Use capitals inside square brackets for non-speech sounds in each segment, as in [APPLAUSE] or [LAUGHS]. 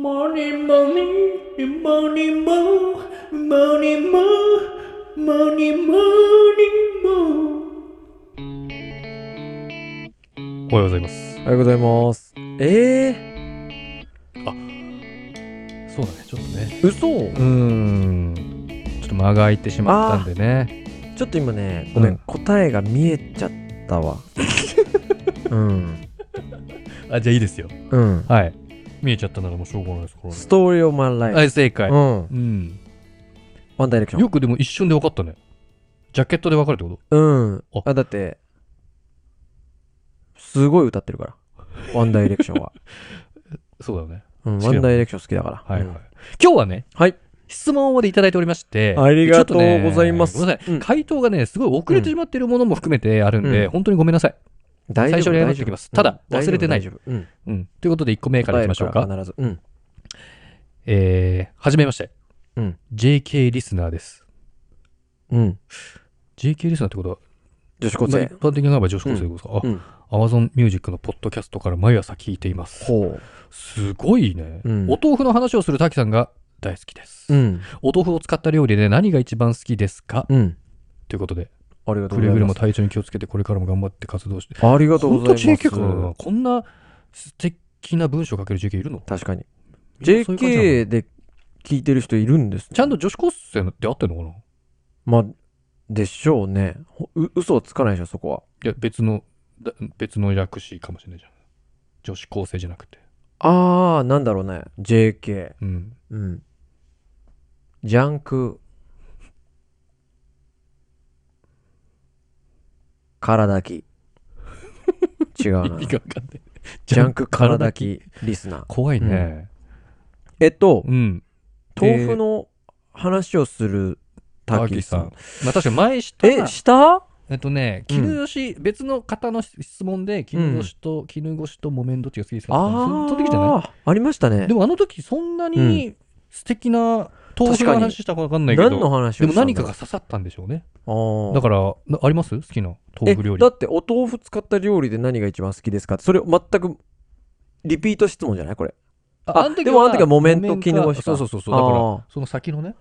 Morning, morning, morning, moon, morning, moon, morning, morning, moon. おはようございますお。はようございます。えそうだね、ちょっとね。ー、嘘、うーん。ちょっと間が空いてしまったんでね。ちょっと今ね、ごめん、うん答えが見えちゃった [LAUGHS] わ。うん。あじゃあいいですよ。うん。はい。見えちゃったならもうしょうがないですからねストーリーオブマンライフ。はい、正解。うん。うん。ワンダイレクション。よくでも一瞬で分かったね。ジャケットで分かるってこうんあ。あ、だって、すごい歌ってるから。ワンダイレクションは。とそうだよね。うん、 [LAUGHS] 好きだワもんンダイレクション好きだから。はい、はいうん今日はね、はい。質問をでいただいておりまして。ありがとうちょっねございますごめんなさい。うん回答がね、すごい遅れてしまっているものも含めてあるんで、うん本当にごめんなさい。大最丈初夫、に謝っ大て丈おき夫ますただうん忘れてない大丈夫。大丈夫うん。うん。ということで、1個目からいきましょうか。答えるら必ず。うん。えー、はじめまして。うん。 JK リスナーです。うん。 JK リスナーってことは、女子高まあ生一。般的なのが女子高生ですか、あ、うん。アマゾンミュージックのポッドキャストから毎朝聞いています。ほう。すごいね、うんお豆腐の話をする滝さんが大好きです。うん。お豆腐を使った料理で何が一番好きですか、うん。ということで、ありがとうくごれざぐいれまもす。体調に気をつけて、これからも頑張って活動して。ありがとうご本ざい当ます。 JK かなこんな素敵な文章書ける JK いるの確かに。そういう感じなの JK で聞いてる人いるんですねちゃんと女子高生って合ってるのかないまあ、でしょうね。ほう嘘をつかないでしょ、そこは。や、別の、だ別の略詞かもしれないじゃん。女子高生じゃなくて。あー、なんだろうね。JK。うん。うん。ジャンク。空抱き。違う意 [LAUGHS] な。味が分かんない。ジャンク空抱きリスナー。怖いね。えっと、うん。豆腐の話をするタタキさん。。まあ確かに前したえ、したえっとね、うん絹ごし、別の方の質問で、絹ごしと、絹ごしと木綿どっちが好きですかあってそのーその時じゃなありましたねいで。もあの時、そんなに素敵な豆腐の確かに話したかわかんないけど、何の話でをもしたん何かだろがう刺さったんでしょうね。あーだから、なあります好きな豆腐料理えだ。ってお豆腐使った料理で何が一番好きですかってそれ全くリピート質問じゃないこれあでもあの時は木綿と絹ごしかそうそうそうそう。だかあらー、その先のね。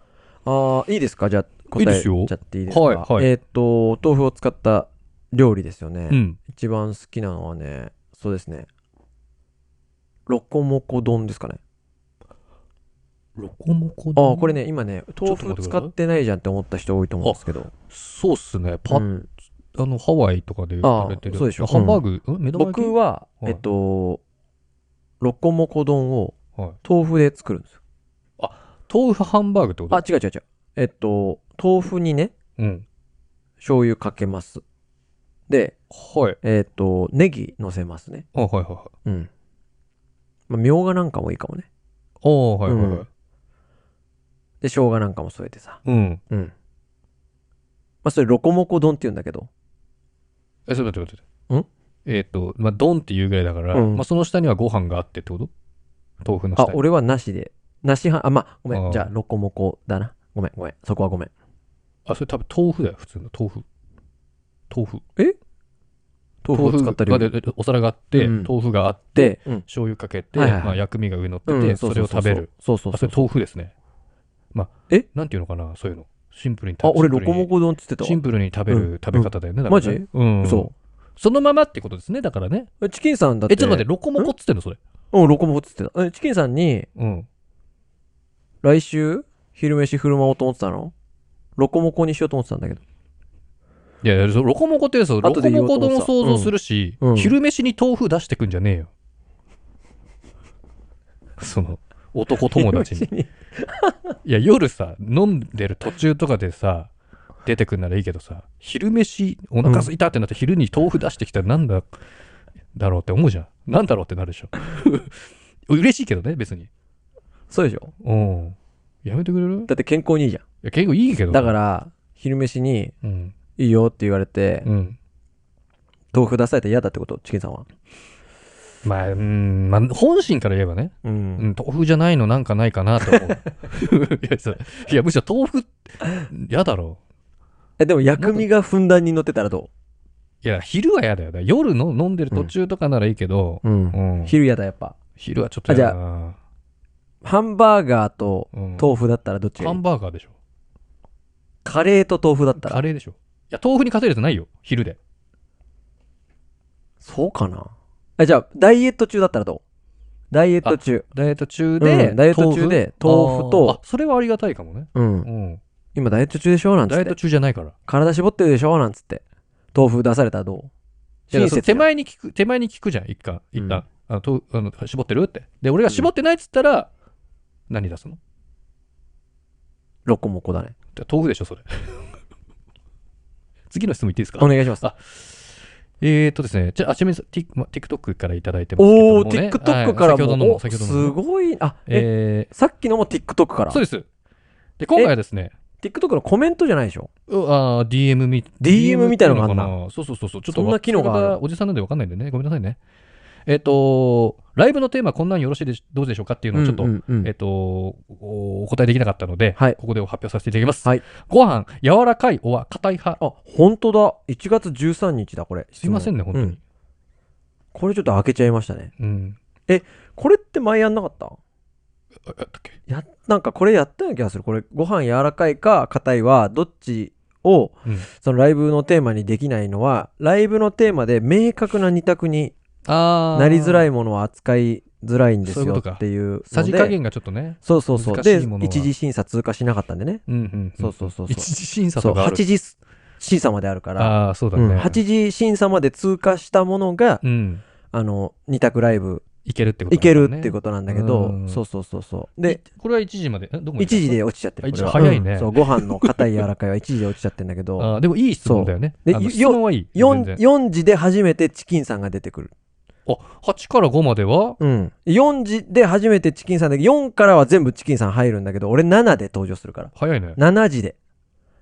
ああいいですかじゃあ答いいでえすよちゃっていいですかはいはいえーっ、とお豆腐を使った料理ですよね、うん。一番好きなのはねそうですねロコモコ丼ですかねロコモコあ丼あこれ。ね今ねょ豆っと待って腐くだ使さいってないじゃんって思った人多いと思うんですけど、そうっすね。パうッ、んあの、ハワイとかで食べてる。あーそうでしょハンバーグ、うん目玉焼き僕は、はいえっとロコモコ丼をはい豆腐で作るんですよ、豆腐ハンバーグってことあ違う違う違うえっと豆腐にねうん。醤油かけます。で、はい。えっ、と、ネギ乗せますね。あ、はいはいはい。うん。まあ、みょうがなんかもいいかもね。ああ、はいはいはういん。で、生姜なんかも添えてさ。うん。うん。まあ、それ、ロコモコ丼って言うんだけど。え、それ待って待って。んえっと、まあ、ドンっていうぐらいだから、うんまあ、その下にはご飯があってってこと豆腐の下に。、あ俺はなしで。なし派、あ、まあ、ごめあーん。じゃあ、ロコモコだな。ごめん、ごめん。そこはごめん。あ、それ多分豆腐だよ、普通の豆腐。豆腐。豆腐を使った料理がでお皿があって、うん豆腐があって、で、うん。醤油かけて、はいはいはいまあ、薬味が上に乗ってて、うんそれを食べる。。そうそうあ、そそうそうれそう。豆腐ですね。まあ、えなんていうのかな、そういうの。シンプルにあ、俺、ロシンプコルにモコ丼って言ってたわ。シンプルに食べうる食べ方だよね。だからねうん。そそのままってことですね、だからね。う。えチキンさんだって。え、ちょっと待って、ロコモコっつってんのそれ。うん、ロコモコって言ってた。えチキンさんに、うん。来週昼飯振る舞おうと思ってたのロコモコにしようと思ってたんだけどいやいや、そうロコモコってそうロコ後で言おモうとコ思って丼をた想像するし、うんうん昼飯に豆腐出してくんじゃねえよ。 [LAUGHS] その、男友達に。にいや、夜さ、飲んでる途中とかでさ、出てくんならいいけどさ、昼飯、お腹すいたってなって昼に豆腐出してきたらなんだ、だろうって思うじゃん。なんだろうってなるでしょ。 [LAUGHS] 嬉しいけどね、別に。 [LAUGHS] そうでしょうん。やめてくれるいだって健康にいいじゃんや、結構いいけど。だから昼飯にうん。いいよって言われて、うん。豆腐出されたら嫌だってことチキンさんはまあ、うん、まあ、本心から言えばね、う、うんん、豆腐じゃないのなんかないかなと思う。 [LAUGHS] いやそういや、むしろ豆腐、嫌だろえでも薬味がふんだんに乗ってたらどう。いや、昼は嫌だよ。だから夜の飲んでる途中とかならいいけど、う、うんうん昼嫌だやっぱ昼はちょっと嫌だな。ハンバーガーとうん豆腐だったらどっちがハいいンバーガーでしょ。カレーと豆腐だったらカレーでしょ。いや、豆腐に勝てるやつないよ。昼で。そうかなえじゃあダイエット中だったらどうダイエット中ダイエット中でで、ダイエット中で豆腐とあーあそれはありがたいかもね。ううんん。今ダイエット中でしょなんつダイエっットて中じゃないから。体絞ってるでしょなんつって豆腐出されたらどういやだからそのじ手ゃん前に聞く、手前に聞くじゃん、一旦。一旦。あのとあの絞ってるって。で、俺が絞ってないっつったら、何出すのロコモコだねじゃあ豆腐でしょ、それ。 [LAUGHS] 次の質問いっていいですかお願いしますあえー、とですね、じゃあ、あちなみに、ティま TikTok からいただいてますけどおも、おね。ー TikTok かはらい先ほどもの、お先すほどの。ごいあええさっきのも TikTok かー、らそうです。で、今回はですね、 TikTok のコメントじゃないでしょうあー DM み DM みたいのがあんかななそうそうそうそう。ちょっとそんな機能があるそれおじさんなんでわかんないんでね。ごめんなさいね。えっ、と、ライブのテーマこんなんよろしいでしどうでしょうかっていうのをちょっと、うんうんうんえっ、とお、お答えできなかったので、はいここでお発表させていただきます。はいご飯、柔らかいおは硬い派。あ本当だ1月13日だこれすいませんね、本当うに。これちょっと開けちゃいましたねうん。これって前やんなかったああったっけやなんかこれやったような気がするこれご飯柔らかいか硬いはどっちを、うんそのライブのテーマにできないのはライブのテーマで明確な二択にあなりづらい。いものは扱いづらいんですそういうよことかっていうのでさじ加減がちょっとね。そうそうそう難しでいものは一次審査通過しなかったんでねうんうん、うん。そうそうそうそう一次審査そうとかあ8る。次審査まであるから、ああー、そうだうね。ん、8次審査まで通過したものが、うん。あの二択ライブいけるってことなんいだけよね、るっていうことなんだけど、うんそうそうそうそうでこれは1時まで。えどこま1時でで落ちちゃってる。あこれ一時は早いねうんそう、ご飯の硬い柔らかいは1時で落ちちゃってるんだけ行ったど、 [LAUGHS] あーでもいい質問だよね。そうであのよ質問はいい。全 4, 然4時で初めてチキンさんが出てくる。あ、8から5まではうん。4時で初めてチキンさんで、4からは全部チキンさん入るんだけど、俺7で登場するから。早いね。 7時で。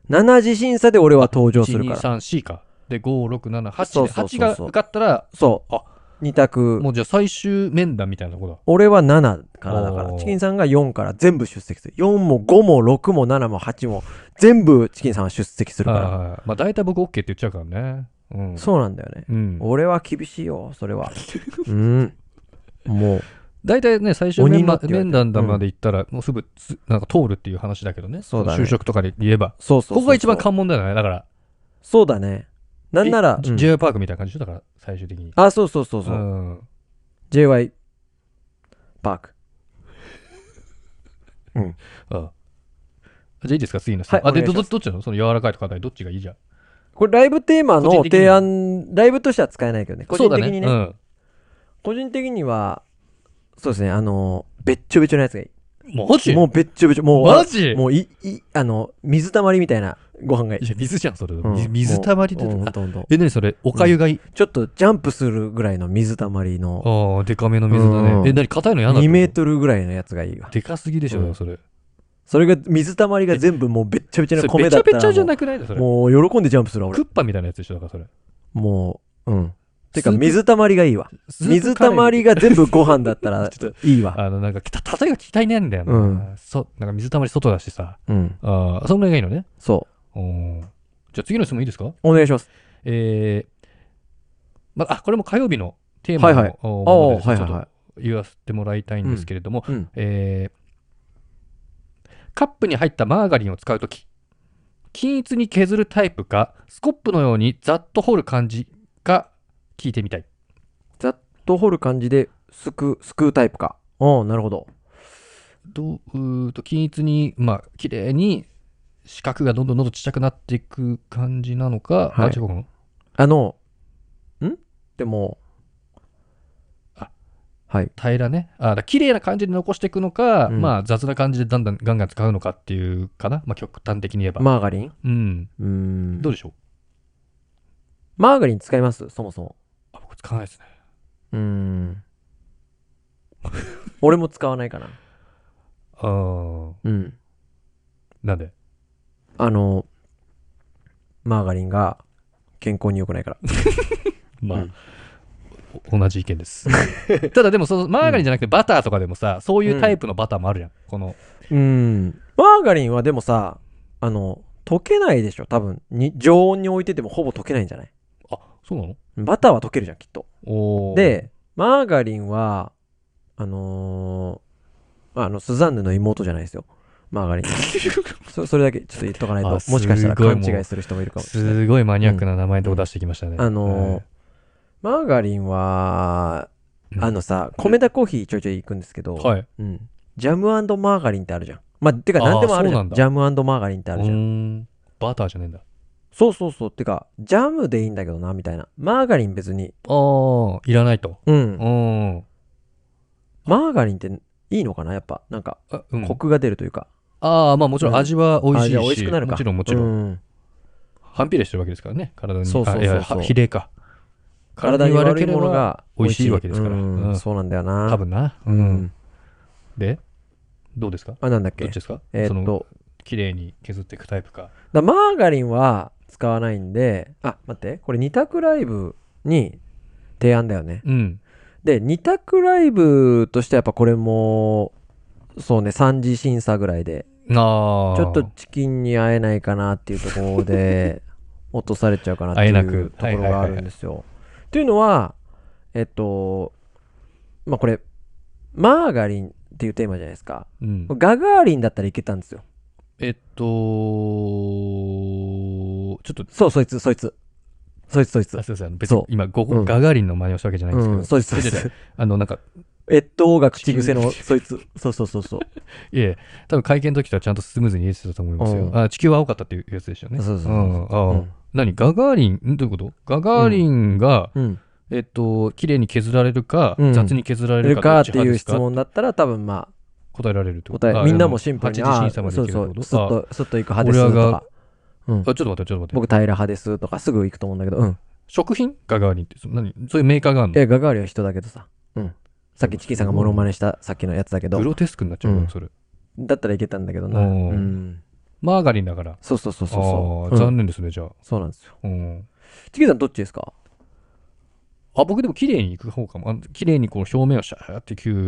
7時審査で俺は登場する1、2、から。 3、4か。で、5、6、7、8そうで、そうそうそ8うが受かったら、そあう。2択。もうじゃあ最終面談みたいなとこだ。俺は7からだかおら、ーチキンさんが4から全部出席する。4も5も6も7も8も、全部チキンさんは出席するから。あーまあ大体僕 OK って言っちゃうからね。うん。そうなんだよね。うん、俺は厳しいよ、それ [LAUGHS] は。うん。もう。大体ね、最終鬼面のっ談て言われてる面談まで行ったら、もうすぐつなんか通るっていう話だけどね、そうだね就職とかで言えば。そうそうそうそうここが一番関門だよね、だから。そうだね。なんなら、うん JR パークみたいな感じでしょだから、最終的に。あ、そうそうそうそうう。ん。 JY パーク。うん。ああじゃあいいですか、次の質問。はいあ、で、お願どいしまどすどっちなのその柔らかいと硬い、どっちがいいじゃん。これライブテーマの個人的に提案、ライブとしては使えないけどね。個人的にね。そうだね。個人的には、そうですね、あの、べっちょべちょのやつがいうん。マい。ジもうべっちょべちょ。もう、マジもうい、い、あの、水たまりみたいなご飯がいいい。や、水じゃん、それ。うん水水たまりで。もううんほんあとほんとえ、何それおかゆがいい。ちょっとジャンプするぐらいの水たまりの、ああ、でかめの水だうんね。え、何硬いの嫌なの2メートルぐらいのやつがいいわ。でかすぎでしうょ、んそれ。それが、水たまりが全部もうべっちょべちょのそれ米べだちっゃたべらちゃじゃなくないでそれ。もう、もう喜んでジャンプするわ、俺クッパみたいなやつでしょ、だからそれ。もう、うん。てか、スープ水たまりがいいわ。スープカレー水たまりが全部ご飯だったらちょっい [LAUGHS] いわ。あの、なんか、た例えが聞きたいねんだような。そなんか水たまり外だしさ。うん。ああ、そんぐらいがいいのね。そう。うんじゃあ次の質問いいですかお願いします。えー、まあ、これも火曜日のテーマはいはいのおあものあ、ではいすねはいちょっとは言わせてもらいたいんですけれども、い。うん。えーカップに入ったマーガリンを使うとき、均一に削るタイプか、スコップのようにざっと掘る感じか聞いてみたい。ざっと掘る感じで、すく、すくうタイプか。うん、なるほど。どううーと均一に、まあ、綺麗に四角がどんどんどんどんちっちゃくなっていく感じなのか、はいあ違うかなあの、んでも、あはい。平らね。あだから綺麗な感じで残していくのか、うんまあ雑な感じでだんだんガンガン使うのかっていうかな。まあ極端的に言えば。マーガリンうん。うーんど。うでしょうマーガリン使いますそもそも。あ、僕使わないですね。うー [LAUGHS] ん。俺も使わないかな。あーうん。なんであの、マーガリンが健康に良くないから。まあ、うんお同じ意見です。 [LAUGHS] ただでもそのマーガリンじゃなくてバターとかでもさ、そういうタイプのバターもあるじゃん。この、うん。マーガリンはでもさ、あの、溶けないでしょ、多分。に常温に置いててもほぼ溶けないんじゃないあ、そうなのバターは溶けるじゃん、きっと。おー、で、マーガリンは、あのまあ、あのスザンヌの妹じゃないですよマー [LAUGHS] ガリンそそれだけちょっと言っとかないとあもしかしたらすごい勘もう違いする人もいるかもしれないすごいマニアックな名前のとこ出してきましたね。あのーマーガリンはあのさ米田コーヒーちょいちょい行くんですけど、はい、はい。うん、ジャムマーガリンってあるじゃんまあてか何でもあるじあーそうなゃんんだジャムマーガリンってあうるじゃんーんバターじゃねえんだ。そうそうそうてかジャムでいいんだけどなみたいなマーガリン別にああ、いらないと。うんうん。マーガリンっていいのかなやっぱなんかあうんコクが出るというか、ああ、まあもちろん味は美味しいし、あじゃあ美味しくなるかもちろんもちろん、うん反比例してるわけですからね、体に。そうそうそうそうあいやは比例か。体に悪いもの体に悪が美味しいわけですからうんうんそうなんだよけれなば多分な。う。うんんで、どうですかあなんだっどっけちですかえそーっの、と綺麗に削っていくタイプか。だマーガリンは使わないんであ待ってこれ二択ライブに提案だよねうん。で二択ライブとしてはやっぱこれもそうね三次審査ぐらいでああ。ちょっと、チキンに会えないかなっていうとこ [LAUGHS] ろで落とされちゃうかなって会えないくうところがあるんですよ。というのはえっとまあこれマーガリンっていうテーマじゃないですかうん、ガガーリンだったらいけたんですよえっと、ちょっと、そうそいつそいつそいつそいつあすいません、あの別そにう今、ゴうんガガーリンの真似をしたわけじゃないんですけど、うんそうですそうです違違違あの、なんか、えっとが口癖のそいつそうそうそうそういえ、多分会見の時とはちゃんとスムーズに言えてたと思いますよう。んあ、地球は青かったっていうやつでしたよね。そうそうそううんあうーん何ガガーリンんどういうことガガーリンが、うんえっと、綺麗に削られるか、うん雑に削られいるるかかどっちて派いでうす質か問だったら多分まあ答えられるってこと答えみんなもあシンプルにでもあ八次審査そまうでいけるそっうてことスあッとスッと行く派ですと俺かがあちょっと待って、ちょっと待って。僕平ら派ですとかすぐ行くと思うんだけどうん食品ガガーリンって、その何そういうメーカーがあるのえガガーリンは人だけどさうんさっきチキンさんがモノマネしたさっきのやつだけどグロテスクになっちゃうようんそれ。だったらいけたんだけどなううんんマーガリンだから。そうそうそうそうそうあーうん残念ですね、じゃあ。そうなんですようんチキンさんどっちですかあ、僕でも綺麗にいく方かも。あの綺麗にこう表面をシャーって切る、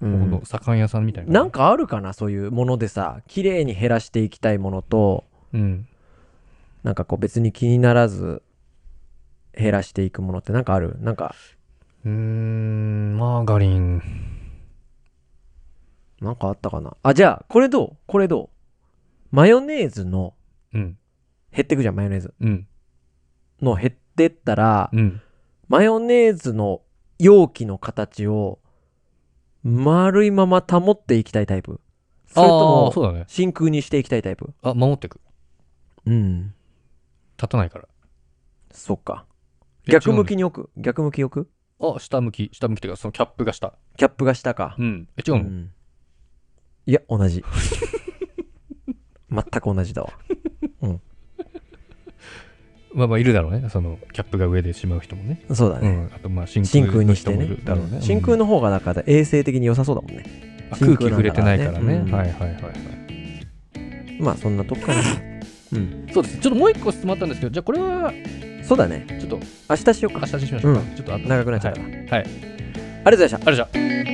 うこんの左官屋さんみたいな。なんかあるかなそういうものでさ綺麗に減らしていきたいものとうん。なんかこう別に気にならず減らしていくものってなんかあるなんかうーん、マーガリン。なんかあったかなあじゃあこれどうこれどうマヨネーズのうん、減ってくじゃんマヨネーズうん、の減ってったらうん。マヨネーズの容器の形を丸いまま保っていきたいタイプそれあーとそうもだね。真空にしていきたいタイプあ、守ってく。うん立たないから。そっかえ逆向き違に置く逆向き置くうのあ、下向き、下向きというか、そのキャップが下。キャップが下かうん。え、違うの、んいや同じ [LAUGHS] 全く同じだわまあまあ、いるだろうね。その、キャップが上でしまう人もね。そうだうね、ん。あと、まあ、真真空空のにし人てもねいるだろうね。真空の、の方がだから衛生的に良さそうだもんねあ空気真空なん触れだからねてないからね。うんはいはいはいはい。まあそんなとこかなうんそうです。ちょっともう一個質問あったんですけど、じゃあこれは、そうだねちょっと、明日しようか明日にしましょうか。うんちょっとあと長くなっちゃったはい。はい。ありがとうございましたあれじゃあ。